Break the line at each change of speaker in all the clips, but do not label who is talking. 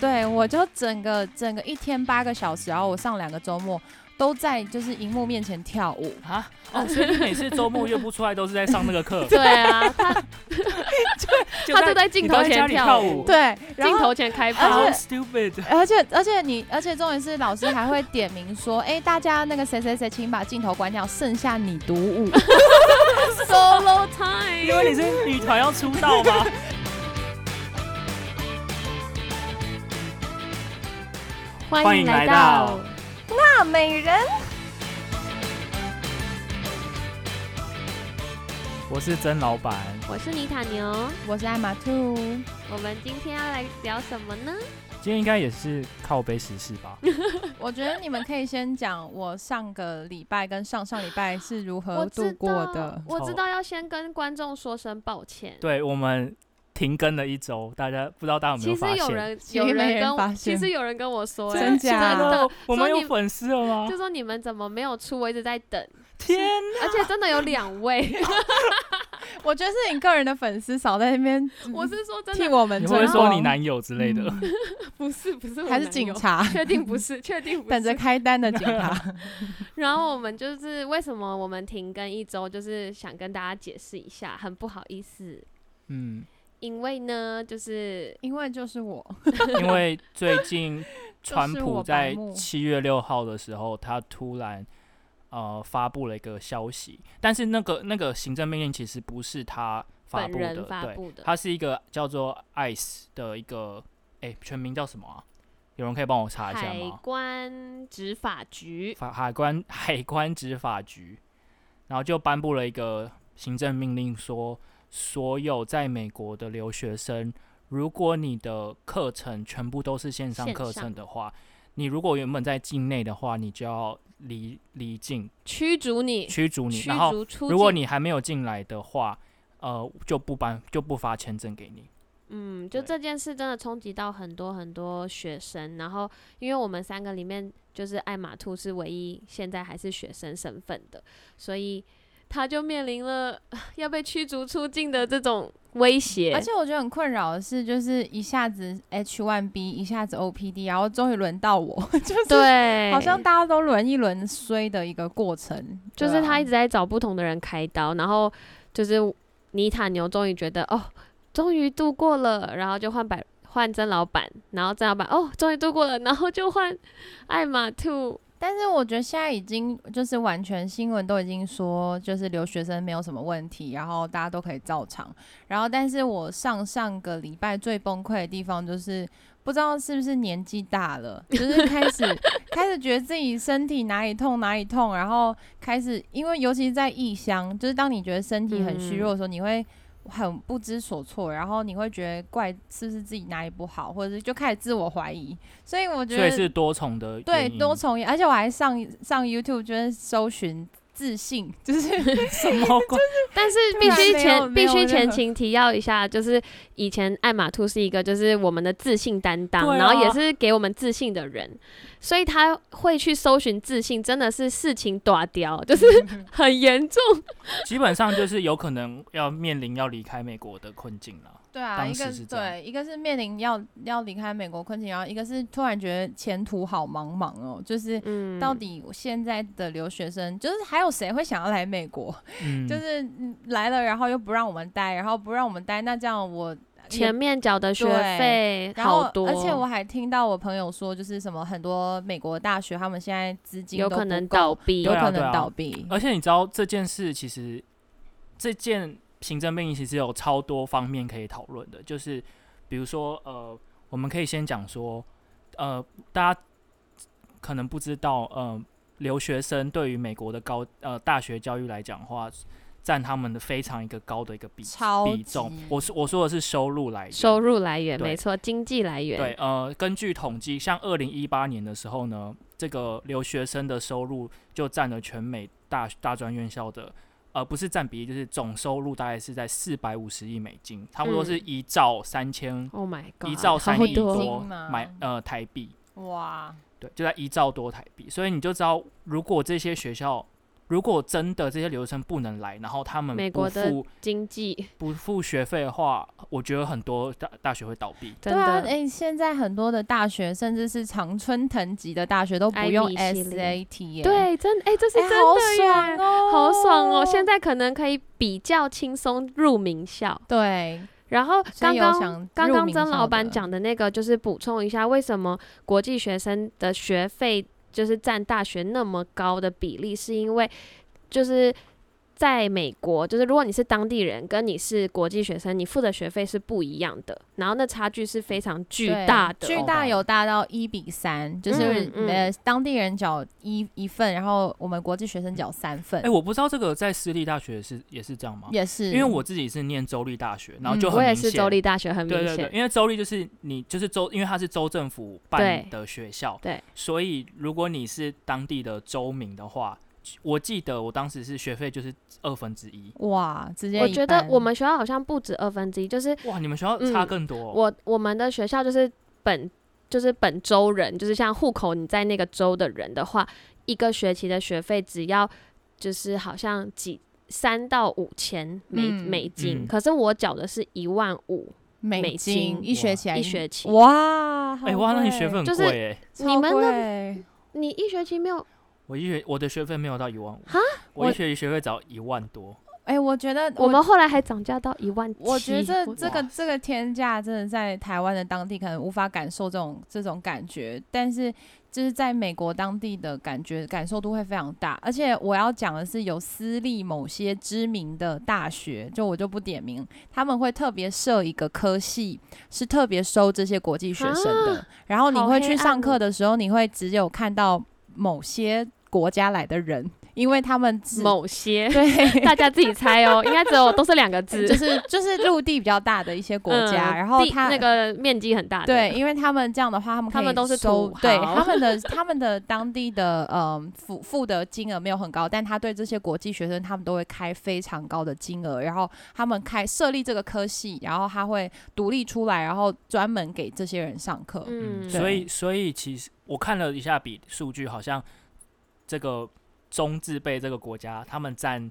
对我就整个整个一天八个小时，然后我上两个周末都在就是荧幕面前跳舞。
啊， 哦，所以你每次周末约不出来都是在上那个课，
对啊，他
就
他就在镜头
你都在家
前
里
跳
跳舞
对，然
镜
后
头前开
而
炮
且
好 stupid，
而且而且你，而且重点是老师还会点名说，哎、大家那个谁谁谁，请把镜头关掉，剩下你独舞。
，Solo time。
因为你是女团要出道吗？
欢迎来到
那 美人，
我是曾老板，
我是妮塔牛。
我是艾玛兔。
我们今天要来聊什么呢？
今天应该也是靠背时事 吧？
我觉得你们可以先讲我上个礼拜跟上上礼拜是如何
我
度
知
过
道
的，。
我知道要先跟观众说声抱歉。
对我们停更了一周，大家不知道大家有没
其
有
实
发
有
现？
人
其实
有
没人
人跟
发
我，其
现
实有人跟我说，
真假
真的，
我们
说
有
你
粉丝了吗
就？说你们怎么没有出？我一直在等，
天
而且真的有两 位，
我觉得是你个人的粉丝少在那边，
我是说真
嗯替
的，
我们
你
争
会不会
光
说你男友之类的？
嗯不是不是，我
还是
男
警
友？
察？
确定不是，确定不
等着
是。
开单的警察，
然后我们就是为什么我们停更一周，就是想跟大家解释一下，很不好意思，
嗯，
因为呢，就是
因为就是我，
因为最近
就是
川
我
普
白
在
目
七月六号的时候，他突然呃发布了一个消息，但是那个那个行政命令其实不是他发
本
布的，
人发
对，
布的，
它是一个叫做 ICE 的一个，哎、全名叫什么啊？有人可以帮我查一下
海
吗？
关执法局，
法海关 海关执法局，然后就颁布了一个行政命令说所有在美国的留学生，如果你的课程全部都是线上
线
课程
上
的话，你如果原本在境内的话，你就要离离境，
驱逐你，
驱逐你，
驱
然后
逐出境。
如果你还没有进来的话，呃，就不颁就不发签证给你。
嗯，就
对
这件事真的冲击到很多很多学生。然后，因为我们三个里面，就是艾玛兔是唯一现在还是学生身份的，所以他就面临了 要被驱逐出境的这种威胁。
而且我觉得很困扰的是，就是一下子 H1B，一下子 OPD，然后终于轮到我， 就是
对，
好像大家都轮一轮衰的一个过程，啊
就是他一
直
直在找不同的人开刀，然后就是尼塔牛终于觉得哦，终于度过了，然后就换百换曾老板，然后曾老板哦，终于度过了，然后就换艾玛兔。
但是我觉得现在已经就是完全新闻都已经说，就是留学生没有什么问题，然后大家都可以照常。然后，但是我上上个礼拜最崩溃的地方就是。不知道是不是年纪大了，就是开 始开始觉得自己身体哪里痛哪里痛，然后开始因为尤其是在异乡，就是当你觉得身体很
嗯
虚弱的时候，你会很不知所措，然后你会觉得怪是不是自己哪里不好，或者是就开始自我怀疑。所以我觉
所以
得
是多重的
对，
原因
多重，而且我还上上 YouTube 就是搜寻自信， 就是
什么鬼？
但是
突
必
然
须
啊没有
前
没
必
有
须
任
前
何
情提要一下，就是以前艾玛兔是一个就是我们的自信担当，
对啊
然后也是给我们自信的人，所以他会去搜寻自信，真的是事情大掉，就是
嗯
很严重。
基本上就是有可能要面临要离开美国的困境了。
对啊，
当
一个
时是这样
对，一个是面临要要离开美国困境，然后一个是突然觉得前途好茫茫哦，就是
嗯，
到底我现在的留学生，就是还有谁会想要来美国？
嗯，
就是嗯来了，然后又不让我们待，然后不让我们待，那这样我
前面缴的学
对
费
然后
好多，哦
而且我还听到我朋友说，就是什么很多美国大学他们现在资金
有
都
可
不
能
够
倒闭
有
对。啊
可
对
能
啊
倒闭，
而且你知道这件事其实这件行政命令其实有超多方面可以讨论的，就是比如说呃，我们可以先讲说呃，大家可能不知道呃，留学生对于美国的高呃大学教育来讲的话，占他们的非常一个高的一个比
超
比重
级。
我说我说的是收入来源，
收入来源
对
没错，经济来源
对，呃，根据统计，像二零一八年的时候呢，这个留学生的收入就占了全美大大专院校的，呃，不是占比例，就是总收入大概是在四百五十亿美金，差不多是
嗯
一兆三千、
，Oh my god，
一兆
好
三亿
多
美金
多
吗
买呃台币，
哇，
对，就在一兆多台币，所以你就知道，如果这些学校如果真的这些留学生不能来，然后他们
美
不
国的
付
经济
不付学费的话，我觉得很多大大学会倒闭。
真
对啊，
的，
哎、现在很多的大学，甚至是常春藤级的大学都不用
IB 系列
SAT 耶、
对，真哎、这是
哎、
真
好
的耶，
爽哦，
好爽哦！现在可能可以比较轻松入名校。
对，
然后
所
刚
以有
刚
想
刚
入
刚
名
曾
校
老板
的
讲的那个，就是补充一下，为什么国际学生的学费就是占大学那么高的比例，是因为就是。在美国，就是如果你是当地人，跟你是国际学生，你付的学费是不一样的，然后那差距是非常巨
对
大的。哦
巨大有大到一比三，就是
嗯嗯
呃当地人缴一一份，然后我们国际学生缴三份
哎、，我不知道这个在私立大学是也是这样吗？
也是
因为我自己是念州立大学，然后
嗯
就很
我也
明
是
显、
州立大学，很明
对对
显。
对，因为州立就是你就是州，因为它是州政府办
对
的学校，
对
所以如果你是当地的州民的话，我记得我当时是学费就是二分之一。
哇，直接
我
一
觉得
半
我们学校好像不止二分之一，就是
哇，你们学校差更多、哦
嗯我我们的学校就是本就是本州人，就是像户口你在那个州的人的话，一个学期的学费只要就是好像几三到五千美、
嗯
美金，
嗯
可是我缴的是一万五
美
美
金
金
一学
哇
期还
一
是
学期。
哇，
哎、哇，那你学费很
就
贵
是
哎、
你们的
的
你一学期没有
我一学我的学费没有到一万五
哈，
我
我
一学期学费只要一万多，
哎，我觉得
我们后来还涨价到一万七，
我觉得这这个
哇
这个天价真的在台湾的当地可能无法感受这种这种感觉，但是就是在美国当地的感觉感受度会非常大。而且我要讲的是，有私立某些知名的大学，就我就不点名，他们会特别设一个科系是特别收这些国际学生的，然后你
啊好
会
黑
去
暗
上课
哦
的时候，你会只有看到某些国家来的人，因为他们只
某些
对。
大家自己猜哦，应该只有都是两个字，
就是就是陆地比较大的一些国家，
嗯
然后
地
他
那个面积很大的，
对，因为他们这样的话，他们可
他们
以
都是
收
土
对
豪
他们的他们的当地的嗯付付的金额没有很高，但他对这些国际学生，他们都会开非常高的金额，然后他们开设立这个科系，然后他会独立出来，然后专门给这些人上课。
嗯，
所以所以其实我看了一下比数据，好像这个中字辈这个国家，他们占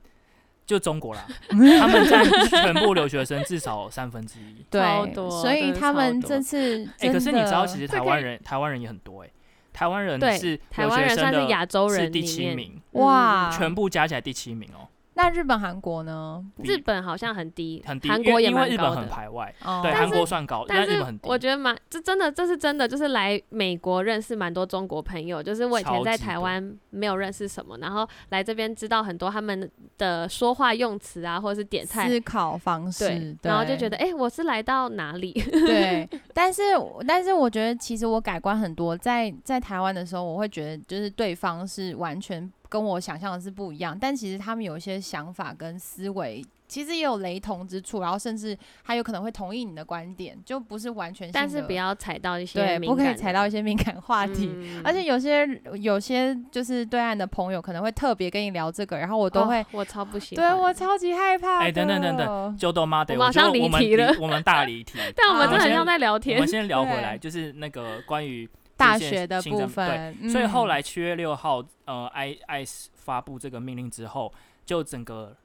就中 国啦，他们占全部留学生至少三分之一。
超
对，
多
所以
真的
他
超
们
多
这次
哎、
真
可是你知道，
的
其实
这
台
可
湾
以
人台湾人也很多哎、台湾人
对
是
台
留
湾
学
人
生
算
的
是亚洲
是
人
第
里
七
面，啊
名，
哇，
嗯全部加起来第七名哦、
那日本、韩国呢？
比
日本好像很低，
很低，
韩
因为
国也
因为
蛮
日
高
本很
的。
排外，
哦，
对，
但
韩
是
国算高，
但
日
是
本很低。
我觉得蛮，这真的，这是真的，就是来美国认识蛮多中国朋友。就是我以前
超
在
级
台
多
湾没有认识什么，然后来这边知道很多他们的呃说话用词啊，或者是点菜，
思考方式
对，，然后就
对
觉得，哎、我是来到哪里？
对，但是但是我觉得其实我改观很多，在在台湾的时候，我会觉得就是对方是完全跟我想象的是不一样，但其实他们有一些想法跟思维。其实也有雷同之处，然后甚至还有可能会同意你的观点，就不是完全性的。
但是不要踩到一些
对，
敏
不可以
感
踩
的
到一些敏感话题。
嗯
而且有些有些就是对岸的朋友可能会特别跟你聊这个，然后我都
哦
会，
我超不喜欢。
对啊我，超级害怕。
哎等等等等，就都妈的，
我
我
马
觉得
上离
我们
题
离
了
我们大离题。
但我
啊
们真的很
我
像
先
在聊
我
天
们。先聊回
对
来，就是那个关于
大
这些
学的
新
部
增对
分，嗯
所以后来七月六号，呃，I I 发布这个命令之后，就整个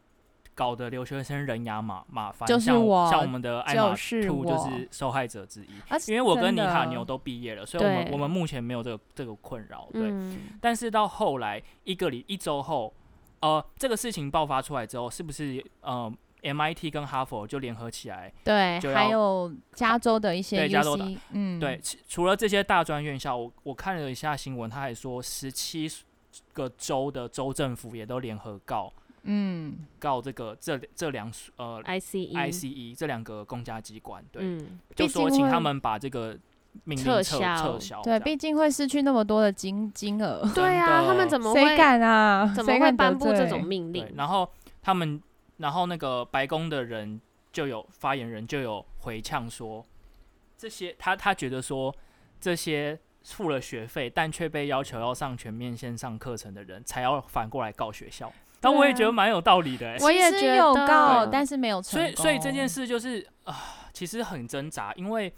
搞得留学生人仰马马翻，
就是
像
我
像我们的艾
就
玛
是
兔
我
就是受害者之一。
而且
因为我跟
真
尼
的
卡牛都毕业了，所以我们
对
我们目前没有这个这个困扰，对。
嗯，
但是到后来一个礼一周后，呃，这个事情爆发出来之后，是不是呃 MIT 跟哈佛就联合起来？
对
就，
还
要
有加州的一些
对加州的
UC，嗯，
对，，其除了这些大专院校，我我看了一下新闻，他还说十七个州的州政府也都联合告
嗯，
告这个这这两所呃
ICE
ICE 这两个公家机关，对，
E 嗯，
就
E 毕
说
竟
请他
会
们把这个命令
撤
撤
销
撤销这
对，
样，
毕竟会失去那么多的金金额，
对啊，他们
的
怎么
谁
会
敢啊？
怎么
谁
会
敢
颁
得
布这
罪
种命令
对，？然后他们，然后那个白宫的人就有发言人就有回呛说，这些他他觉得说这些付了学费但却被要求要上全面线上课程的人，才要反过来告学校。但我也
对啊
觉得蛮有道理的、欸，
我
其
也
实
觉得
有告，
对
但是没有成
啊所以
功。
所以这件事就是啊、其实很挣扎，因为。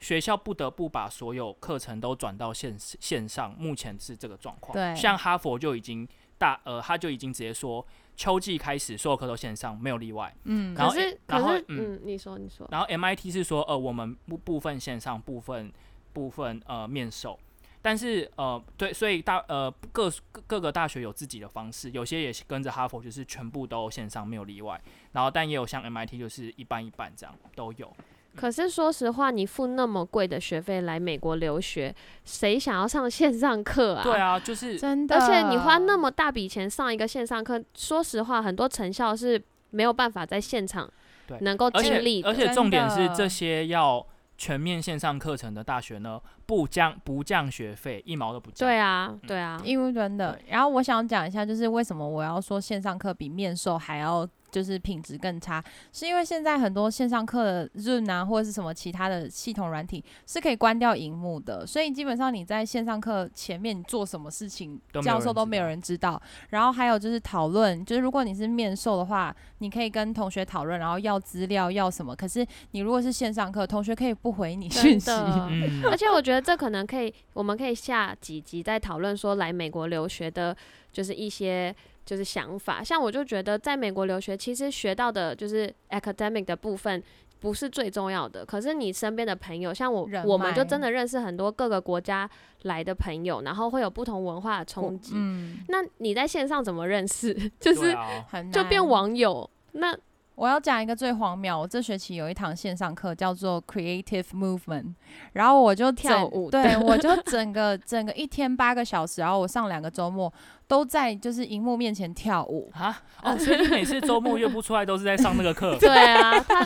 学校不得不把所有课程都转到线线上，目前是这个状况。
对
像哈佛就已经大呃，他就已经直接说，秋季开始所有课都线上，没有例外。
嗯，
然
可
后
是可
然后
是
嗯
嗯，你说你说，
然后 MIT 是说，呃，我们部部分线上，部分部分呃面授，但是呃，对，所以大呃各各各个大学有自己的方式，有些也是跟着哈佛，就是全部都线上没有例外。然后但也有像 MIT 就是一半一半这样都有。
可是说实话，你付那么贵的学费来美国留学，谁想要上线上课啊？
对。啊，就是
真的，
而且你花那么大笔钱上一个线上课，说实话，很多成效是没有办法在现场
对
能够
而
经
且
历的。
而且
真
重点是
的
这些要全面线上课程的大学呢，不降不降学费，一毛都不降。
对啊，
嗯
对啊，
因为真的。然后我想讲一下，就是为什么我要说线上课比面授还要就是品质更差，是因为现在很多线上课的 Zoom 啊或者是什么其他的系统软体是可以关掉荧幕的，所以基本上你在线上课前面你做什么事情
都，没有
教
人
授都没有人知道。然后还有就是讨论，就是如果你是面授的话，你可以跟同学讨论，然后要资料要什么。可是你如果是线上课，同学可以不回你
真
讯息。
的。
嗯，
而且我觉得这可能可以，我们可以下几集再讨论说来美国留学的，就是一些就是想法。像我就觉得在美国留学，其实学到的就是 academic 的部分不是最重要的，可是你身边的朋友，像我
人，脉
我们就真的认识很多各个国家来的朋友，然后会有不同文化的冲击。
嗯，
那你在线上怎么认识？ 就
对
是
啊，
很
就变
难
网友。那
我要讲一个最荒谬，我这学期有一堂线上课叫做 Creative Movement，然后我就整
跳舞的，
对我就整个 整个一天八个小时，然后我上两个周末都在就是荧幕面前跳舞
啊哦，所以你每次周末约不出来都是在上那个课
对啊，他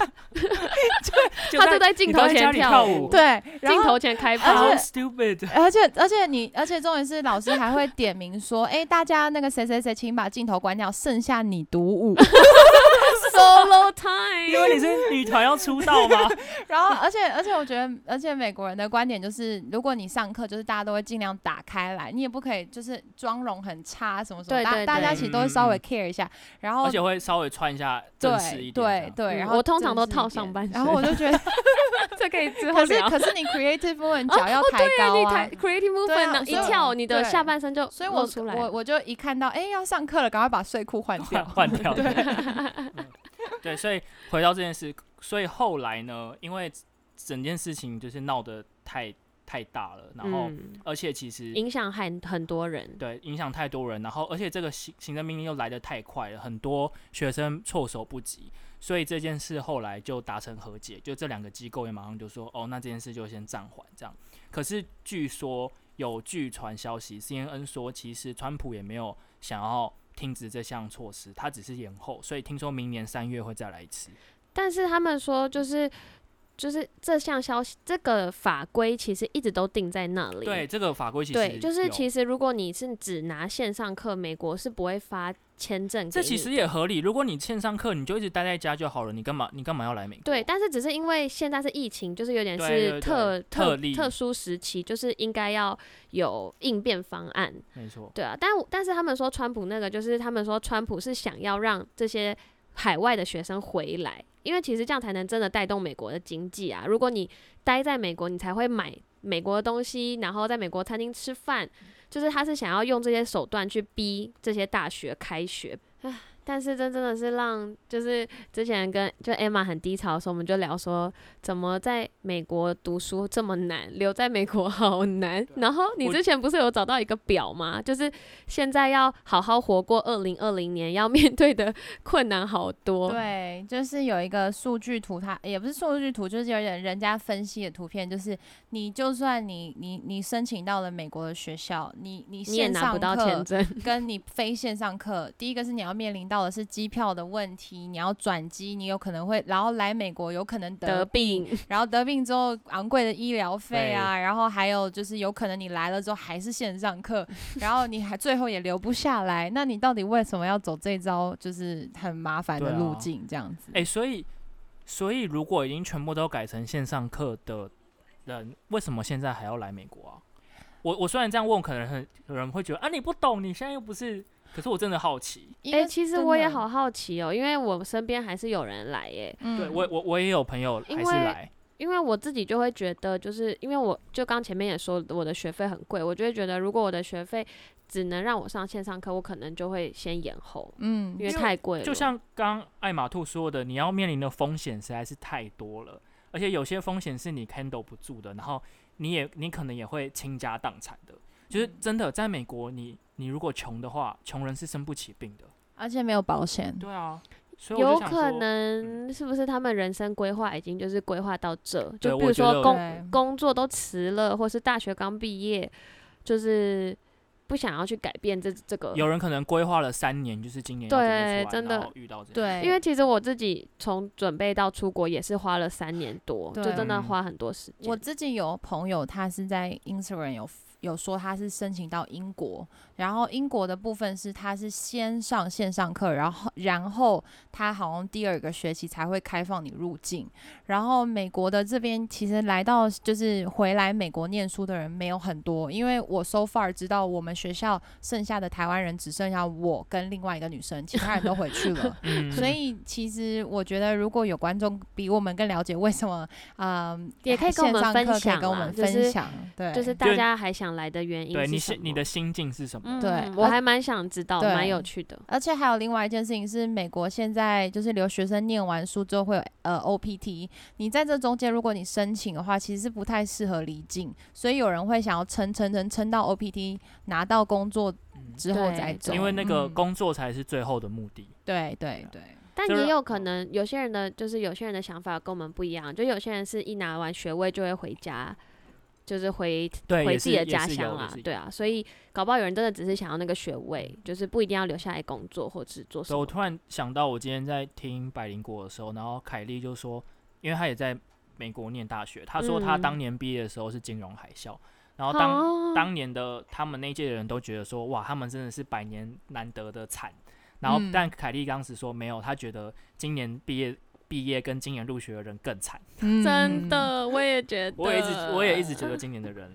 就
他就在
你
镜
都
头
在家
前
里跳
舞，，
对，然
镜
后
头前开
而
趴
且。
好 stupid，
而且而且你，而且重点是老师还会点名说，哎、大家那个谁谁谁，请把镜头关掉，剩下你独舞。
Solo time，
因为你是女团要出道吗？
哦
然后，而且而且，我觉得， 而且美国人的观点就是，如果你上课，就是大家都会尽量打开来，你也不可以就是妆容很差什么什么，
对
大
对嗯
大家
对
其实都会稍微 care 一下。然后
而且会稍微穿一下正式
对
一点这样
对，对，
嗯
然后
我通常都
正式一
套
点
上半
然后我就 觉得，
这可以之后
可是
聊。
可是你 creative movement 脚要抬
对啊，你
高啊
抬。creative
对啊
movement 呢
所以
一跳，
我
你的
对
下半身就
所以
露
我
出来
我
了。
我就一看到，哎、要上课了，赶快把睡裤换掉
换。换掉。对、嗯对，所以回到这件事，所以后来呢，因为整件事情就是闹得太太大了，然后、
嗯
而且其实
影响很很多人，
对影响太多人，然后而且这个行行政命令又来得太快了，很多学生措手不及，所以这件事后来就达成和解，就这两个机构也马上就说，哦，那这件事就先暂缓这样。可是据说有据传消息，CNN 说其实川普也没有想要停止这项措施，他只是延后，所以听说明年三月会再来一次。
但是他们说就是就是这项消息，这个法规其实一直都定在那里。
对，这个法规其实
对，就是
有
其实如果你是只拿线上课，美国是不会发签证给你
这其实
的
也合理，如果你线上课，你就一直待在家就好了，你干嘛你干嘛要来美国？
对，但是只是因为现在是疫情，就是有点
对对对
是特
特
特
例
特殊时期，就是应该要有应变方案。
没错。
对啊，但我但是他们说川普那个，就是他们说川普是想要让这些海外的学生回来，因为其实这样才能真的带动美国的经济啊。如果你待在美国，你才会买美国的东西，然后在美国餐厅吃饭，就是他是想要用这些手段去逼这些大学开学。唉但是这真的是让，就是之前跟就 Emma 很低潮的时候，我们就聊说，怎么在美国读书这么难，留在美国 好
啊
难。然后你
我
之前不是有找到一个表吗？就是现在要好好活过二零二零年，要面对的困难好多。
对，啊就是有一个数据图它，也不是数据图，就是有点人家分析的图片，就是你就算你你你申请到了美国的学校，你你
你也
线
拿
上
不到
课
签证，
跟你非线上课，第一个是你要面临到的是机票的问题，你要转机，你有可能会，然后来美国有可能
得
得，
病，
然后得病之后昂贵的医疗费啊，然后还有就是有可能你来了之后还是线上课，然后你还最后也留不下来，那你到底为什么要走这招就是很麻烦的
对啊
路径这样子？
哎、所以，所以如果已经全部都改成线上课的人，为什么现在还要来美国啊？我我虽然这样问，可能很有人会觉得啊，你不懂，你现在又不是。可是我真的好奇，
因
哎、
为
其实
真
我也
的，
好好奇哦，因为我身边还是有人来耶，
嗯
对我我我也有朋友还
因
是
为
来，
因为我自己就会觉得，就是因为我就刚前面也说我的学费很贵，我就会觉得如果我的学费只能让我上线上课，我可能就会先延后，
嗯
因为太贵了。
就像刚艾玛兔说的，你要面临的风险实在是太多了，而且有些风险是你 handle 不住的，然后你也你可能也会倾家荡产的。
嗯
就是真的，在美国你，你如果穷的话，穷人是生不起病的。
而且没有保险，
对啊，所以我
有
就想说
可能是不是他们人生规划已经就是规划到这？
对
就比
我
如
觉得
对
有
说工工作都辞了，或是大学刚毕业，就是不想要去改变这这个。
有人可能规划了三年，就是今年要准备
对
出来
真的
然后遇到这
对
因为其实我自己从准备到出国也是花了三年多，就
对
真的
嗯
花很多时间。
我自己有朋友，他是在 Instagram 有有说他是申请到英国，然后英国的部分是他是先上线上课，然后然后他好像第二个学期才会开放你入境。然后美国的这边其实来到就是回来美国念书的人没有很多，因为我 so far 知道我们学校剩下的台湾人只剩下我跟另外一个女生，其他人都回去了。
嗯
所以其实我觉得，如果有观众比我们更了解为什么，嗯，
也可以跟我们
线上课
分享
可以跟我们
啦就是
分享，对，
就是
就
大
是
家还想来的原因
嗯对你
是
心
什
你
么
的心境是什么？
嗯
对
我
而
还蛮想知道，
对
蛮有趣的。
而且还有另外一件事情是，美国现在就是留学生念完书之后会有呃 OPT，你在这中间如果你申请的话，其实是不太适合离境，所以有人会想要撑撑撑撑到 OPT 拿到工作
嗯
之后
对
再走，
因为那个
嗯
工作才是最后的目的。
对对对，
但
就是
也有可能有些人的就是有些人的想法跟我们不一样，就有些人是一拿完学位就会回家，就是回
对，
回
也
自
是
己的
也
家
是
乡
有
啦
也是，有
对啊，所以搞不好有人真的只是想要那个学位，就是不一定要留下来工作或是做什
所以我
么。
突然想到，我今天在听百灵果的时候，然后凯莉就说，因为她也在美国念大学，她说她
嗯
当年毕业的时候是金融海啸，然后当、
哦
当年的他们那一届的人都觉得说，哇，他们真的是百年难得的惨。然后
嗯，
但凯莉当时说没有，她觉得今年毕业毕业跟今年入学的人更惨。
真
嗯，
的，我也觉得，
我也一直我也一直觉得今年的 人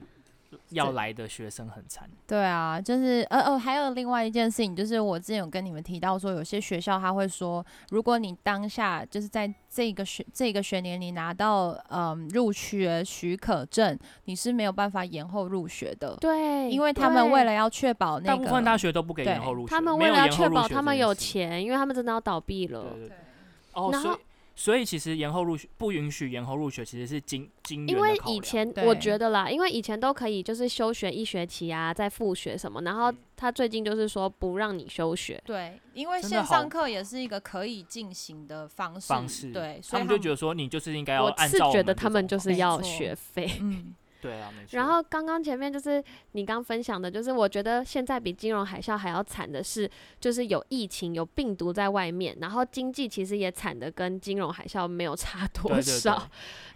要来的学生很惨。
对啊，就是呃哦，还有另外一件事情，就是我之前有跟你们提到说，有些学校他会说，如果你当下就是在这个学这个学年你拿到嗯入学许可证，你是没有办法延后入学的，
对，
因为他们为
对
了要确保那
大
个
部分大学都不给
对
延后入学，
他们
没
为
有
了要
延后
确
入
保
学
他
这
们
件
有
事
钱，因为他们真的要倒闭
对
了。
对对。哦，
然
所以
后
所以其实延后入学不允许延后入学，其实是金金
因
元
为
的考
以
量。
前
对
我觉得啦，因为以前都可以就是休学一学期啊，再复学什么，然
嗯
后他最近就是说不让你休学，
对，因为
真
线
的
上
好
课也是一个可以进行的方式，
方式，
对，所
他
以
们就觉得说你就是应该要按
是
照
觉
们
得
这
他
种
们就
方
是
没
要
错
学费。
嗯，
对啊，没错。
然后刚刚前面就是你刚分享的，就是我觉得现在比金融海啸还要惨的是，就是有疫情、有病毒在外面，然后经济其实也惨的跟金融海啸没有差
对
多
对
少。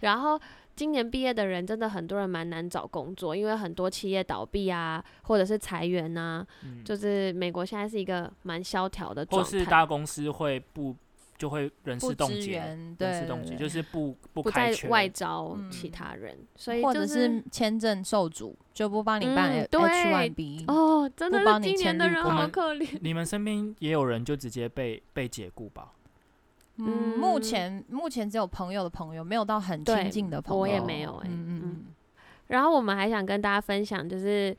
对
然后今年毕业的人真的很多人蛮难找工作，因为很多企业倒闭啊，或者是裁员啊呐、
嗯
就是美国现在是一个蛮萧条的
或
状
是
态，
大公司会不就会人
不
事冻
支
结，
援，
人
对
事冻
对
结
对
就是不不
不
开
再
缺。
外招
嗯
其他人，所以
或
就
者
是
是签证受阻，就不帮你办
嗯
H
对
one B，
哦，真的
不
是
帮你
今年
签
的
绿
人
卡
好可怜。
你们身边也有人就直接被被解雇吧？
嗯，目
嗯
前目前只有朋友的朋友，没有到很
对
亲近的朋友。
我也没有欸
嗯
嗯
嗯
然后我们还想跟大家分享，就是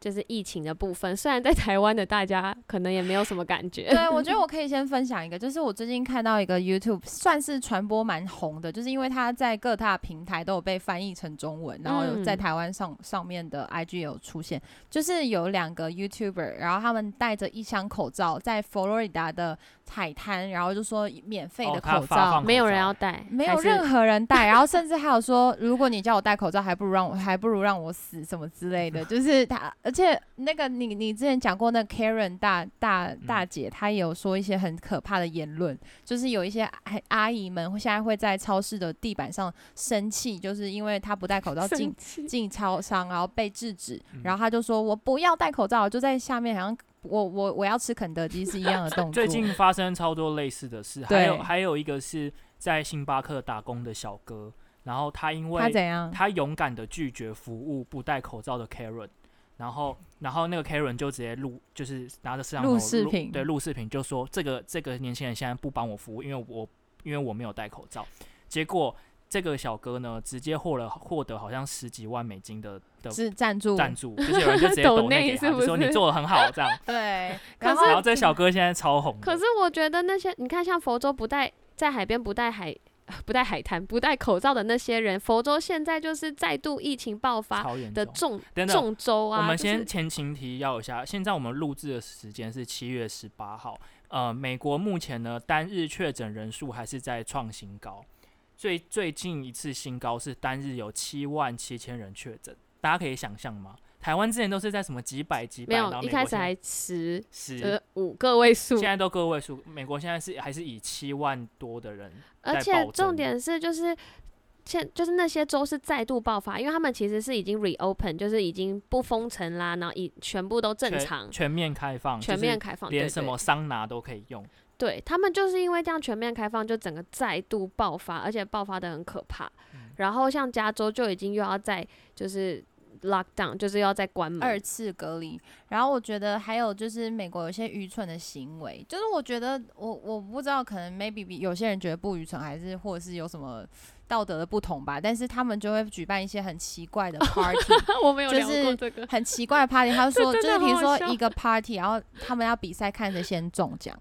就是疫情的部分。虽然在台湾的大家可能也没有什么感
嗯。
觉，
对，我觉得我可以先分享一个，就是我最近看到一个 YouTube，算是传播蛮红的，就是因为它在各大平台都有被翻译成中文，然后有在
嗯
台湾上上面的 IG 有出现，就是有两个 YouTuber，然后他们戴着一箱口罩在佛罗里达的海滩，然后就说免费
哦
的
他
口
发
罩
放，
没有人要戴，
没有
还是
任何人戴，然后甚至还有说，如果你叫我戴口罩，还不如让我还不如让我死什么之类的，就是他，而且那个你你之前讲过那 Karen 大大大姐，她也有说一些很可怕的言论，就是有一些阿阿姨们现在会在超市的地板上生气，就是因为她不戴口罩
生
进
气
进超商，然后被制止，
嗯
然后她就说我不要戴口罩，就在下面好像我我我要吃肯德基是一样的动作，
最近发生超多类似的事，还有
对
还有一个是在星巴克打工的小哥，然后他因
她
为
怎样？
他勇敢的拒绝服务不戴口罩的 Karen，然后然后那个 Karen 就直接录，就是拿着摄像头
录视频
对，录视频就说这个这个年轻人现在不帮我服务，因为我因为我没有戴口罩，结果。这个小哥呢，直接获了获得好像十几万美金的的
是赞助，
赞助，就是有人就直接
抖
抖内
内
给
是
他，
不
就说
是
你做的很好这样。
对，
可
然后
然后这小哥现在超红的，
可是我觉得那些你看，像佛州不戴在海边不戴海 不戴海滩不戴口罩的那些人，佛州现在就是再度疫情爆发
超严
的
重。
重
等等
重州啊！
我们
就是
先前情提要一下，现在我们录制的时间是七月十八号。呃，美国目前呢单日确诊人数还是在创新高，最最近一次新高是单日有七万七千人确诊，大家可以想象吗？台湾之前都是在什么几百几
没
百，然
有
后
一
美
开
国
始
现在
还十
十，
呃五个位数
现，在都个位数，美国现在是还是以七万多的人
而
在
且
暴
重
增
点是就是。现就是那些州是再度爆发，因为他们其实是已经 reopen，就是已经不封城啦，然后已全部都正
全
常，
全面开放，
全
就是
面开放，对
连
对
什么桑拿都可以用。
对他们就是因为这样全面开放，就整个再度爆发，而且爆发的很可怕。
嗯
然后像加州就已经又要再就是 lock down，就是要再关门。
二次隔离。然后我觉得还有就是美国有些愚蠢的行为，就是我觉得我我不知道，可能 maybe 比有些人觉得不愚蠢，还是或者是有什么道德的不同吧。但是他们就会举办一些很奇 怪的 party，
我没有
就
聊
是
过这个，
很奇怪的 party。他 说，
这
就
真的
是比如
好好
说
笑
一个 party，然后他们要比赛看谁先中 奖，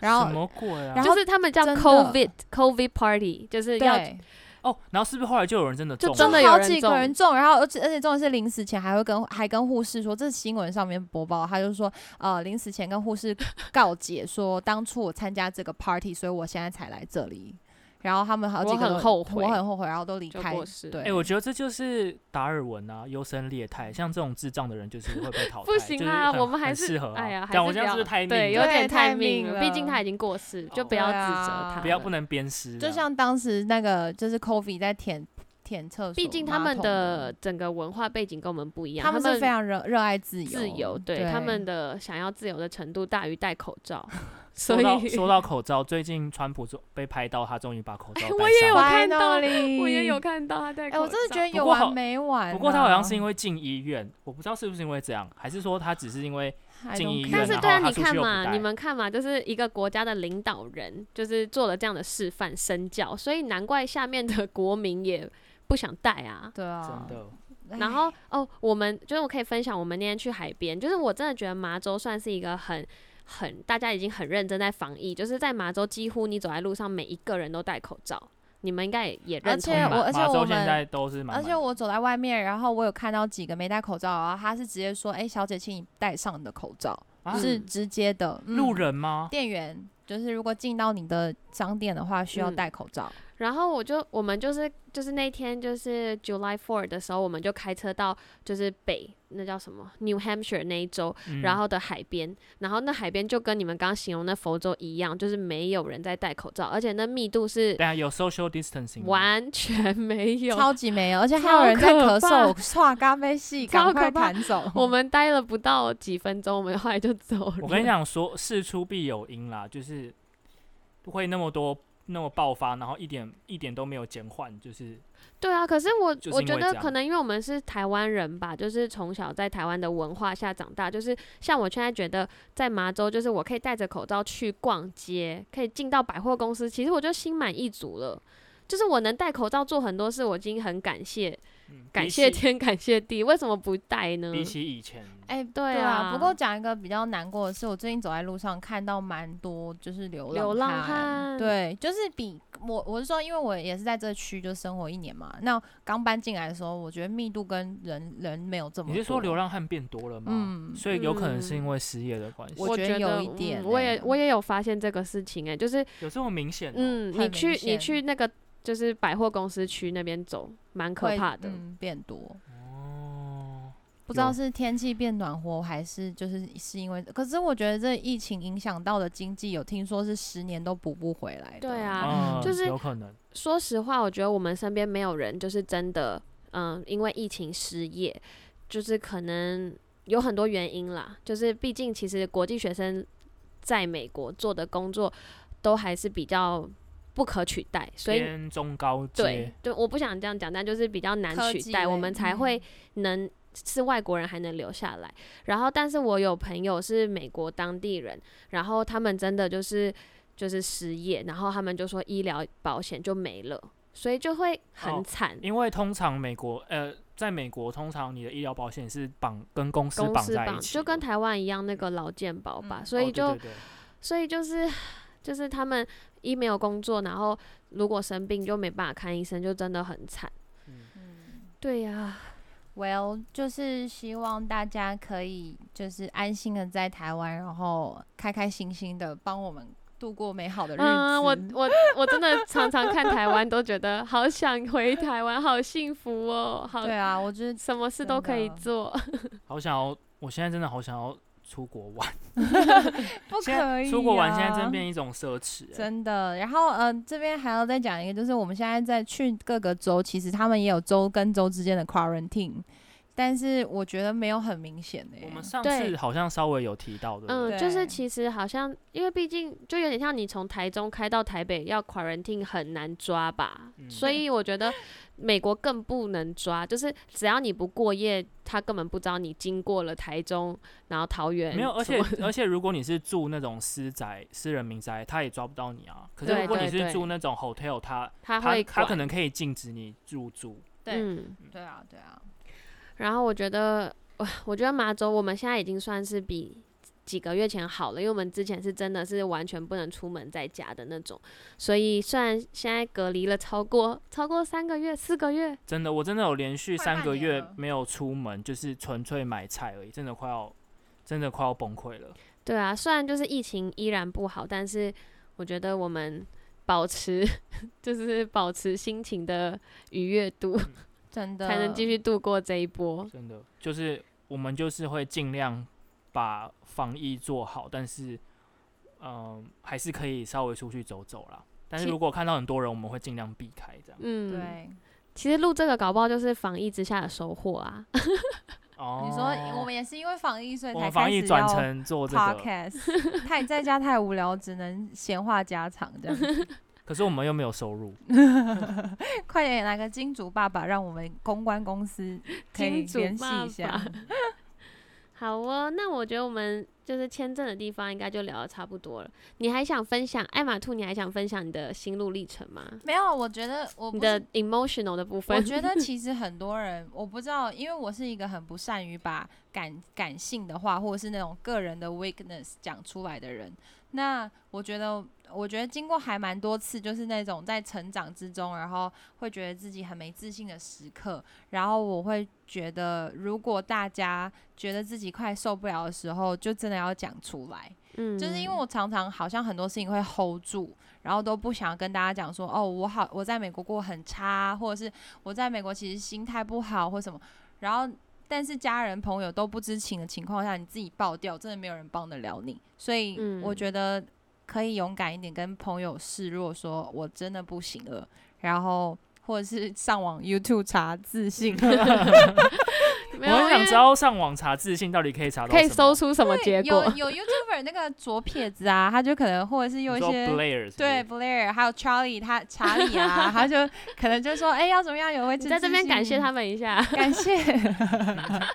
然
什
后
么鬼啊？
然后
就是他们叫
真的
COVID COVID party，就是要
对，
哦，然后是不是后来就有人真的中
就
了？
真的有
好
人
几
中
个人中，然后而且而且重点是临死前还会跟还跟护士说，这是新闻上面播报，他就说呃临死前跟护士告解说，当初我参加这个 party，所以我现在才来这里。然后他们好几
我
个
很
人
后悔
我很后悔，然后都离
就
开
过。世
对，
哎、我觉得这就是达尔文啊，优胜劣汰。像这种智障的人，就是会被淘汰。
不行
就
啦，
是很、
我们还
很
哎是
适合、啊。
哎呀，还
但我
不
这样是不
要
是太
对，
命
有
了
对
点
太
命
命
毕竟
了
他已经过世，就
哦
不要
对
指责
啊
他。
不要不。能鞭尸这啊
就
样。
像当时那个就是 Kofi 在舔舔厕所马桶，
毕竟他们的整个文化背景跟我们不一样，
他们是非常热热爱自由，
自由，对他们的想要自由的程度大于戴口罩，所
说到
以
说到口罩，最近川普终被拍到，他终于把口罩戴上。
哎我也有看到
Finally
我也有。看到他戴
哎、
口罩。
我真的觉得
不
有
过好
完没完啊、
不过他好像是因为进医院，我不知道是不是因为这样，还是说他只是因为
I
进
don't
医
care
院
但
啊
是
然
对啊，
后他
你
出去
看
又不
嘛，
戴
你们看嘛，就是一个国家的领导人，就是做了这样的示范身教，所以难怪下面的国民也不想戴啊。
对
真
啊，
的
哎
然后哦，我们就是我可以分享，我们那天去海边，就是我真的觉得麻州算是一个很很大家已经很认真在防疫，就是在麻州几乎你走在路上每一个人都戴口罩，你们应该也也
而
认同
且
嗯
吧？
啊我而且
马
我
州
们
现在都是满
而
满
且
的
我走在外面，然后我有看到几个没戴口罩，然后他是直接说：“哎、小姐，请你戴上你的口罩。
啊
是直接的，嗯
路、人吗？
店员就是如果进到你的商店的话，需要
嗯
戴口罩。
然后我就我们就是就是那天就是 July Four 的时候，我们就开车到就是北那叫什么 New Hampshire 那一州，
嗯
然后的海边，然后那海边就跟你们刚刚形容的佛州一样，就是没有人在戴口罩，而且那密度是
对啊，有 social distancing 吗。
完全 没有。
超级没有，而且还
超
有人在
可
咳
怕
嗽，唰，咖啡系，
超
赶快
可怕
弹走。
我们待了不到几分钟，我们后来就走了。
我 跟你，讲说，事出必有因啦，就是会那么多那么爆发，然后一点一点都没有减缓，就是
对啊，可是我、
就是
我
因
觉
为
得
这样
可能因为我们是台湾人吧，就是从小在台湾的文化下长大，就是像我现在觉得在麻州，就是我可以戴着口罩去逛街，可以进到百货公司，其实我就心满意足了。就是我能戴口罩做很多事，我已经很感谢，
嗯
感
比
谢
起
天，感谢地。为什么不戴呢？
比起以前，
哎、
对
对
啊
啊，不过讲一个比较难过的是，我最近走在路上看到蛮多就是流
流浪
浪
汉
对，就是比我我是说，因为我也是在这区就生活一年嘛，那刚搬进来的时候，我觉得密度跟人人没有这么
你是说
多
流浪汉变多了吗？
嗯
所以有可能是因为失业的关系，
我觉得有一
嗯
点
我
欸
也我也有发现这个事情哎、就是
有这么明显、哦？
嗯，
很
你去
明
你
显
去那个就是百货公司区那边走，蛮可
会
怕的。
嗯，变多。
哦，
不知道
有
是天气变暖和，还是就是是因为，可是我觉得这疫情影响到的经济，有听说是十年都补不回来的。
对啊
嗯
嗯
就是
有可能，
说实话，我觉得我们身边没有人就是真的，嗯，因为疫情失业，就是可能有很多原因啦。就是毕竟其实国际学生在美国做的工作都还是比较不可取代，所以
偏中高
对
阶，，
就我不想这样讲，但就是比较难
科
取
技
代，我
类嗯
们才会能是外国人还能留下来。然后，但是我有朋友是美国当地人，然后他们真的就是就是失业，然后他们就说医疗保险就没了。所以就会
哦
很惨。
因为通常美国呃，在美国通常你的医疗保险是绑跟公司
公
绑
司
在一
绑
起的，
就跟台湾一样那个劳健保吧，
嗯
所
哦
以
对
就、
对对
所以就是就是他们一没有工作，然后如果生病就没办法看医生，就真的很惨。
嗯
对呀、
Well，就是希望大家可以就是安心的在台湾，然后开开心心的帮我们度过美好的日子。
嗯，我我我真的常常看台湾，都觉得好想回台湾，好幸福哦，好
对啊，我就是
什么事都可以
真的
做。
好想要，我现在真的好想要出国玩，
不
现在
可以、啊、
出国玩现在真变一种奢侈、欸，
真的，然后嗯、呃，这边还要再讲一个，就是我们现在在去各个州，其实他们也有州跟州之间的 quarantine，但是我觉得没有很明显欸的、
我们上
对
次好像稍微有提到的，对不对
嗯，就是
对
其实好像，因为毕竟就有点像你从台中开到台北要 quarantine 很难抓吧，
嗯
所以我觉得美国更不能抓，就是只要你不过夜，他根本不知道你经过了台中，然后桃园
没有，而
什
且
么
而且如果你是住那种私宅、私人民宅，他也抓不到你 啊。可是
对
如果你
对
是
对
住那种 hotel，他
他
他
会
他可
管
能可以禁止你入住。
对
嗯，
对啊，对啊，
然后我觉得，哇我觉得麻州我们现在已经算是比几个月前好了，因为我们之前是真的是完全不能出门在家的那种，所以虽然现在隔离了超过超过三个月、四个月，
真的，我真的有连续
快
三
半
个
年
月
了
没有出门，就是纯粹买菜而已，真的快要真的快要崩溃了。
对啊，虽然就是疫情依然不好，但是我觉得我们保持 就是保持心情的愉悦度，
真的
才能继续度过这一波。
真的，就是我们就是会尽量把防疫做好，但是嗯、还是可以稍微出去走走啦。但是
其
如果看到很多人，我们会尽量避开这样。
嗯，。
对。
其实录这个搞不好就是防疫之下的收获啊。
哦，
你说我们也是因为防疫，所以
我
才
们防
开
疫
始
转
要
成做这个，
podcast，太 在家太无聊，只能闲话家常这样子。
可是我们又没有收入，
快点来个金主爸爸，让我们公关公司可以
金主
联系
爸
一下
爸。好哦，那我觉得我们就是签证的地方应该就聊的差不多了。你还想分享艾玛兔？你还想分享你的心路历程吗？
没有，我觉得我不
你的
是，
emotional 的部
我
分？
觉得其实很多人我不知道，因为我是一个很不善于把感感性的话，或者是那种个人的 weakness 讲出来的人。那我觉得，我觉得经过还蛮多次，就是那种在成长之中，然后会觉得自己很没自信的时刻，然后我会觉得，如果大家觉得自己快受不了的时候，就真的要讲出来。
嗯
就是因为我常常好像很多事情会 hold 住，然后都不想跟大家讲说，哦，我好，我在美国过很差，或者是我在美国其实心态不好或什么，然后但是家人朋友都不知情的情况下，你自己爆掉，真的没有人帮得了你，所以
嗯
我觉得可以勇敢一点，跟朋友示弱，说我真的不行了，然后或者是 上网 YouTube 查自信，
没
我很
有因
想
为
知道上网查自信到底可以查到
可以
什么
搜出什么结果
有？有 YouTuber 那个左撇子啊，他就可能或者是有
你
一
说
些。
Blair 是不是
对 Blair 还有 Charlie，他查理啊， 他就可能就说，哎、要怎么样有位置？
你在这边感谢，他们一下。
感谢。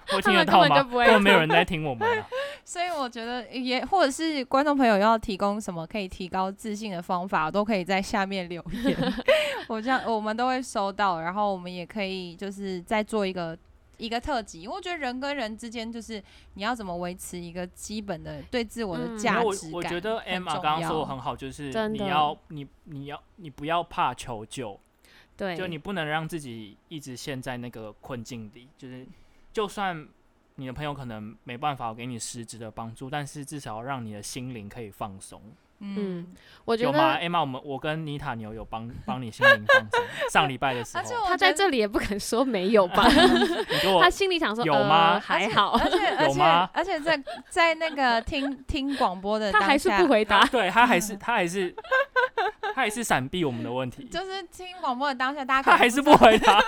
会听得到
他们根本
吗？
就不会
根本没有人在听我们啊。
所以我觉得也或者是观众朋友要提供什么可以提高自信的方法，都可以在下面留 言，我这样我们都会收到，然后我们也可以就是再做一个。一个特辑，因为我觉得人跟人之间，就是你要怎么维持一个基本的对自我的
嗯
价
然后我
值感、
我觉得
很
Emma
重
刚刚
要
说的很好，就是
真
你
的
要你你要你不要怕求救，
对，
就你不能让自己一直陷在那个困境里。就是就算你的朋友可能没办法给你实质的帮助，但是至少让你的心灵可以放松。
嗯
嗯，我觉
有吗
得
？Emma，我们我跟妮塔牛有帮帮你心灵放松。上礼拜的时
而且
候，
我
他
觉
在
得
这里也不肯说没 有吧，
你给我
他心里想说
有吗
呃、还好，
而且而
有吗
且而且在在那个听听广播的
他
当下，
还是不 回答。
对他还是他还是他还是闪避我们的问题，
就是听广播的当下，大家可
他
能
还是不回答。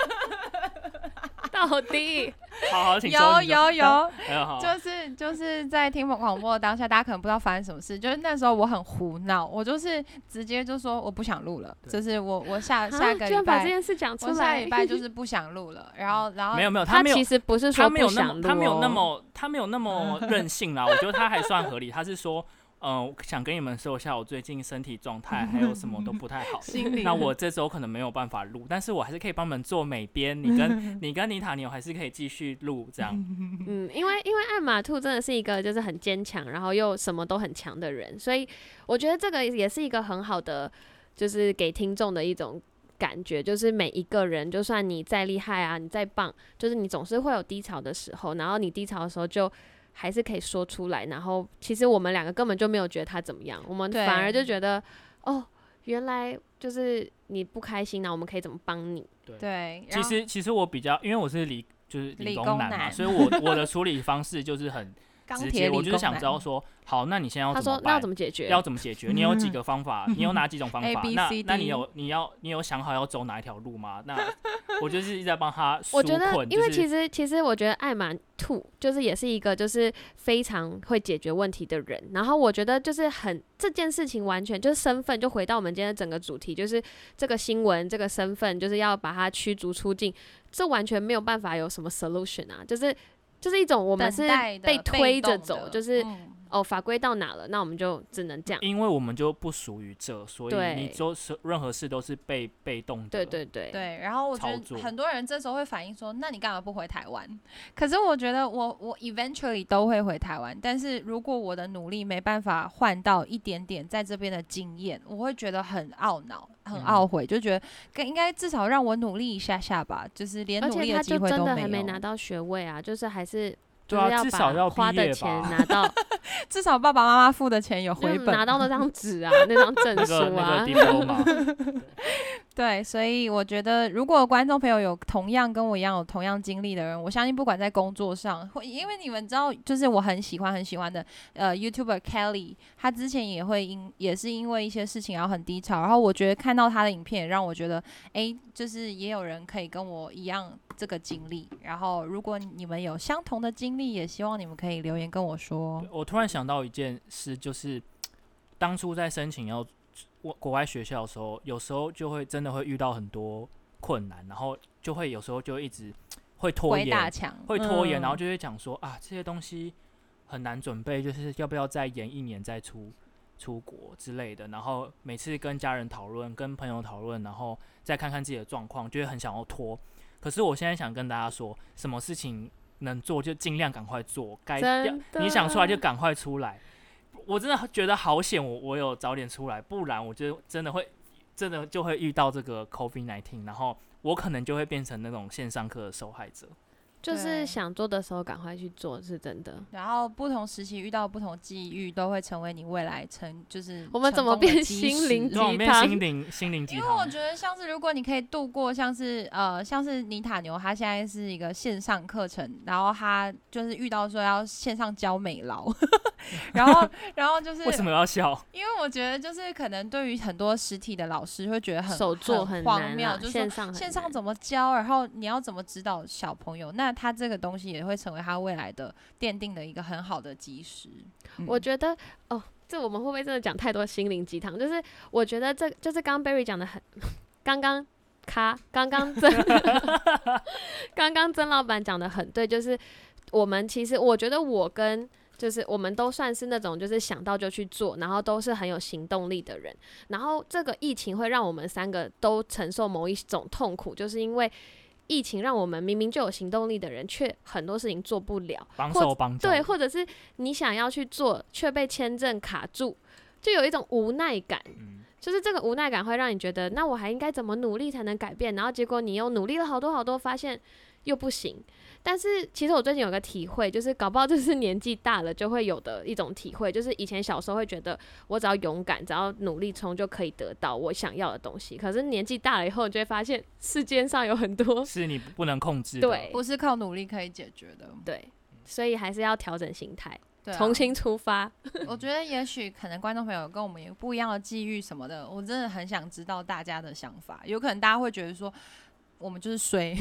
到底
好好，请
有
说。你说
有，有，
哎好
就是就是在听广播的当下，大家可能不知道发生什么事。就是那时候我很胡闹，我就是直接就说我不想录了，
对
就是我我下
啊
下个
居
礼
然把这
拜，
件事讲出
我下
来
礼，拜就是不想录了。然后然后，
没有没有，
他
没有
其，实不是说
他没
不
有那
想
么，
录、哦
他没有那，么，他没有那么任性啦。我觉得他还算合理。他是说嗯、呃想跟你们说一下，我最近身体状态还有什么都不太好
心里
那我这周可能没有办法录，但是我还是可以帮你们做美编。你跟你跟妮塔牛还是可以继续录这样。
嗯，因为因为艾玛兔真的是一个就是很坚强，然后又什么都很强的人，所以我觉得这个也是一个很好的，就是给听众的一种感觉，就是每一个人，就算你再厉害啊，你再棒，就是你总是会有低潮的时候，然后你低潮的时候就。还是可以说出来，然后其实我们两个根本就没有觉得他怎么样，我们
对
反而就觉得，哦，原来就是你不开心呢、我们可以怎么帮你？
对，
其实其实我比较，因为我是理就是
理
理工
工
男嘛，
男
所以我我的处理方式就是很
然后
直
钢铁
接，
理
我就是
工
想
男
知道说，好，那你现在要
他
怎么
说那要
办
怎？么解决？
要怎么解决？
嗯
你有几个方法？你有哪几种方
A,
法
B,？
那
C,
那你
D
有你要你有想好要走哪一条路吗？ 那我就是一直在帮他
我
纾
觉得，
困，
因为
就
其
是
实其实我觉得艾玛兔就是也是一个就是非常会解决问题的人。然后我觉得就是很这件事情完全就是身份，就回到我们今天的整个主题，就是这个新闻这个身份，就是要把它驱逐出境，这完全没有办法有什么 solution 啊，就是就是一种我
我
们是被推着走，就是、
嗯
哦法规到哪了，那我们就只能这样。
因为我们就不属于这，所以
对
你做是任何事都是被被动的。
对对对，
对，然后我觉
操
得
作
很多人这时候会反映说，那你干嘛不回台湾？可是我觉得我我 eventually 都会回台湾，但是如果我的努力没办法换到一点点在这边的经验，我会觉得很懊恼、很
嗯
懊悔，就觉得跟应该至少让我努力一下下吧，就是连
而
努
且
力
他
的机
就
会
真
都
的
没
还
有，
没拿到学位啊，就是还是。就
对
是
啊至少
把
要
花
毕
的
业
钱
吧
拿到，
至少爸爸妈妈付的钱有回本。
嗯拿到那张 纸啊，那张证
那个
书
那
啊
个。diploma，
对，所以我觉得，如果观众朋友有同样跟我一样有同样经历的人，我相信不管在工作上，或因为你们知道，就是我很喜欢很喜欢的呃 YouTuber Kelly，他之前也会因也是因为一些事情然后很低潮，然后我觉得看到他的影片，也让我觉得，诶，就是也有人可以跟我一样这个经历。然后如果你们有相同的经历，也希望你们可以留言跟我说。
我突然想到一件事，就是当初在申请要我国外学校的时候，有时候就会真的会遇到很多困难，然后就会有时候就一直会拖
鬼打
延，啊
墙
会拖延，
嗯
然后就会讲说啊，这些东西很难准备，就是要不要再延一年再出出国之类的。然后每次跟家人讨论、跟朋友讨论，然后再看看自己的状况，就会很想要拖。可是我现在想跟大家说，什么事情能做就尽量赶快做，该要
真
你想出来就
的
赶快出来。我真的觉得好险我，我有早点出来，不然我就真的会真的就会遇到这个 COVID 1 9然后我可能就会变成那种线上课的受害者。
就是
对
想做的时候赶快去做，是真的。
然后不同时期遇到不同际遇，都会成为你未来成就是
我们
成
怎么
功的
变
基
心灵
石
这种
鸡
变
汤
心灵心灵鸡
因为我
汤
觉，得像是如果你可以度过像是呃像是尼塔牛，他现在是一个线上课程，然后他就是遇到说要线上教美劳， 然 后然后就是
为什么要笑？
因为我觉得就是可能对于很多实体的老师会觉得很
手做
很
难
荒
啊
谬，就是说
线上
嗯
线
线
上怎么教，然后你要怎么指导小朋友，那他这个东西也会成为他未来的奠定的一个很好的基石。嗯
我觉得哦，这我们会不会真的讲太多心灵鸡汤？就是我觉得这就是刚 Berry 讲的很， 刚刚咔，刚刚曾， 刚刚曾老板讲的很对，就是我们其实我觉得我跟。就是我们都算是那种就是想到就去做，然后都是很有行动力的人。然后这个疫情会让我们三个都承受某一种痛苦，就是因为疫情让我们明明就有行动力的人，却很多事情做不了。
帮
或
手帮脚，
对，或者是你想要去做却被签证卡住，就有一种无奈感，
嗯，
就是这个无奈感会让你觉得，那我还应该怎么努力才能改变？然后结果你又努力了好多好多，发现又不行。但是其实我最近有个体会，就是搞不好这是年纪大了就会有的一种体会，就是以前小时候会觉得我只要勇敢，只要努力冲就可以得到我想要的东西。可是年纪大了以后，你就会发现世间上有很多
是你不能控制的。
对
不是靠努力可以解决的，
对，所以还是要调整心态，
对啊
嗯重新出发。
嗯我觉得也许可能观众朋友跟我们有不一样的际遇什么的，我真的很想知道大家的想法。有可能大家会觉得说，我们就是 衰，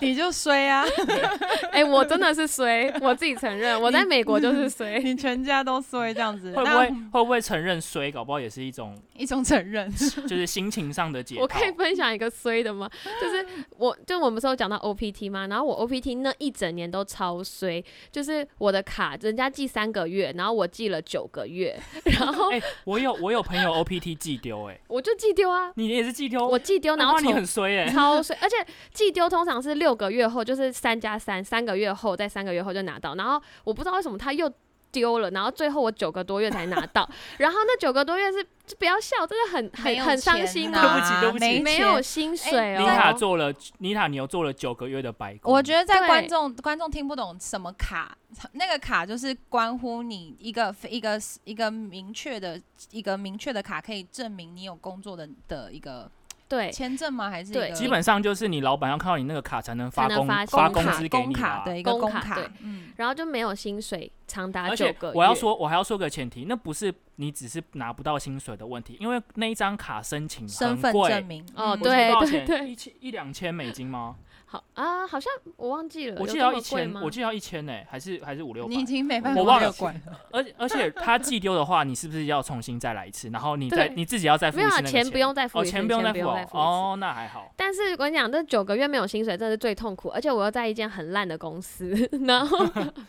你就衰啊，
哎、我真的是衰，我自己承认，我在美国
嗯
就是衰。
你全家都衰这样子，
会不
那
会会不会承认衰？搞不好也是一种
一种承 认？
就是心情上的解
我
套。
可以分享一个衰的吗？就是我，就我们不是有讲到 OPT 吗？然后我 OPT 那一整年都超衰，就是我的卡人家寄三个月，然后我寄了九个月，然后
哎、我有我有朋友 OPT 寄丢，哎，
我就寄丢啊，
你也是寄丢，
我寄丢，然
哇
后
你
重
很衰哎、
超水，而且寄丢通常是六个月后，就是三加三，三个月后，在三个月后就拿到。然后我不知道为什么他又丢了，然后最后我九个多月才拿到。 然后那九个多月是就不要笑，真的很
没有
很很伤
钱啊哎
心啊
呐
啊对不起对不起
没
没
钱
有薪水
妮
在
塔
哦。
做了，妮塔你有做了九个月的白工，
我觉得在
嗯对
观众观众听不懂什么卡，那个卡就是关乎你一个一个一个明确的一个明确的卡，可以证明你有工作的的一个
对，
签证吗？还是一
对
个
基本上就是你老板要看到你那个卡才能发
才能
工
发
发
薪
工
水
资给
工
你
卡
吧。
的一个
工
工
卡对
嗯，
然后就没有薪水，长达
而
九
且
个月。
我要，说，我还要说个前提，那不是你只是拿不到薪水的问题，因为那一张卡申请
身
很
份证
贵，
明
哦
嗯
我记得
对
多少
对
钱
对
一千一两千美金吗？
好啊，好像我忘记了，
我记得要
有这
一
么贵
千，
吗
我记得要一千呢，还是还是五六百
你已？经没办法
我忘了
没有管了，
而且而且他寄丢的话，你是不是要重新再来一次？然后你再
对
你自己要再付
没
一
有
次
啊，
那个
不用再付
哦，
一次，
钱
钱
不用再
再
付
一
哦
次。啊
哦，那还好。
但是我跟你讲，这九个月没有薪水，真的是最痛苦，而且我又在一间很烂的公司， 然后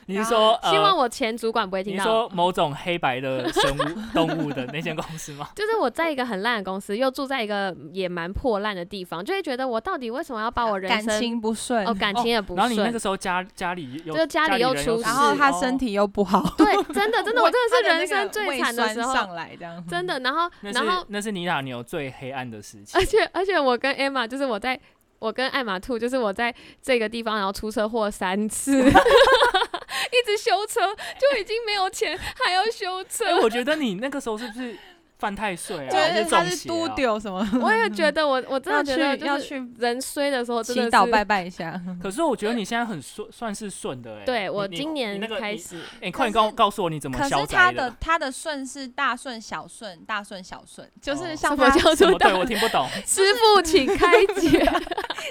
你是说
希望
呃，
我前主管不会听
你
到。
说某种黑白的生物动物的那间公司吗？
就是我在一个很烂的公司，又住在一个也蛮破烂的地方，就会觉得我到底为什么要把我人
感
生
情不顺
哦，感情也不
然后你那
顺，
个时候家家里又
就家里又
人哦
出事
然后他身体又不好，
对，真 哦 的真的，我真的是人生最惨
他的
的
那
时
个胃酸
候，
上来这样，
真的。然后
那
然
是
后，
那是妮塔牛最黑暗的时 期哎
而。且而且我跟 Emma 就是我在。我跟艾玛兔就是我在这个地方，然后出车祸三 次，一直修车，就已经没有钱，还要修车。
哎，我觉得你那个时候是不是犯太岁啊？还
对，他
中
是
邪
嘟
啊？
丢什么，
我 也觉得我，我真
要
的觉得
去
就
要
是
去
人衰的时候，真
祈
的
祷
是
拜拜一下。
可是我觉得你现在很顺，算是顺的哎。
嗯对我
你
今
你
年
那个
开
你
始，
哎，快点告告诉我你怎么
可
消
是他
灾
的。他的顺是大顺小顺，大顺小顺，就
哦
是像
什
他
么 叫
什
做
么？
大
对我听 不懂。
师傅，请开 解。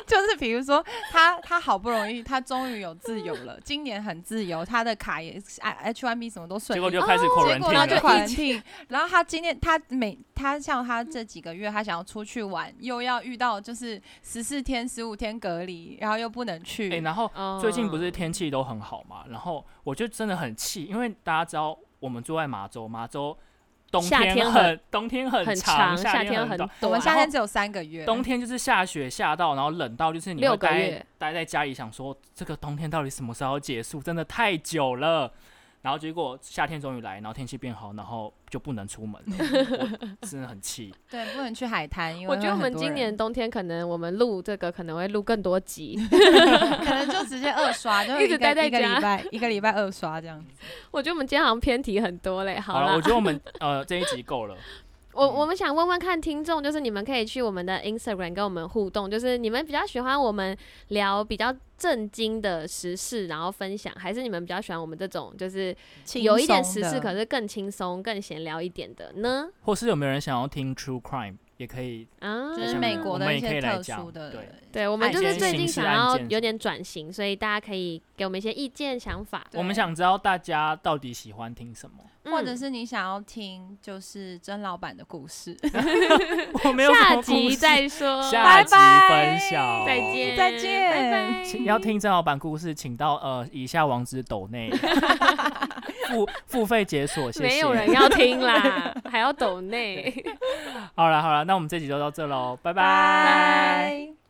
就是比如说他他好不容易他终于有自由了，今年很自由，他的卡也是啊 H one B 什么都顺
结
利，
果就开始
哦
扣
结
人
果
听
然后就
了。
quarantine，然后他今天他每他像他这几个月他想要出去玩，又要遇到就是十四天十五天隔离，然后又不能去，
哎，然后
哦
最近不是天气都很好嘛，然后我就真的很气，因为大家知道我们住在马州，马州冬
夏天
天
很
很冬天很
很长，
夏
夏天
很
很
短
短。。
我们夏
啊然
天
后
只有三个月，
冬天就是下雪下到，然后冷到就是你
六
会
个
待
月
待在家里，想说这个冬天到底什么时候结束？真的太久了。然后结果夏天终于来，然后天气变好，然后就不能出门 了，我真的很气。
对不能去海滩，因为
我觉得我
会很
们
多
今
人
年冬天可能我们录这个可能会录更多集，
可能就直接二刷，就
一直
个
待在
一个
家
礼拜一个礼拜二刷这样子。
我觉得我们今天好像偏题很多嘞。好
好了，我
啦，
觉得我们 呃这一集够了。
我我们想问问看听众，就是你们可以去我们的 Instagram 跟我们互动，就是你们比较喜欢我们聊比较震惊的时事，然后分享，还是你们比较喜欢我们这种就是有一点时事，可是更轻松、更闲聊一点的呢？
或是有没有人想要听 True Crime，也可以
啊，
就是
嗯
美国的一
我们
些
也可以来
特
讲
殊的，
对
对，我们
案
就是
件
最
刑
近
事
想
案
要
件
有点转型，所以大家可以给我们一些意见、想法，
对
我们想知道大家到底喜欢听什么。
或
嗯
者是你想要听就是甄老板的故事。
我没有什
下
么故
集
事
再说，
下
拜
集
拜
分享，
再见，
再见
拜拜。
请要听郑老板故事，请到呃以下网址抖 内付付费解锁，谢谢。
没有人要 听啦，还要抖内。
好了好了，那我们这集就到这喽，拜拜。
拜。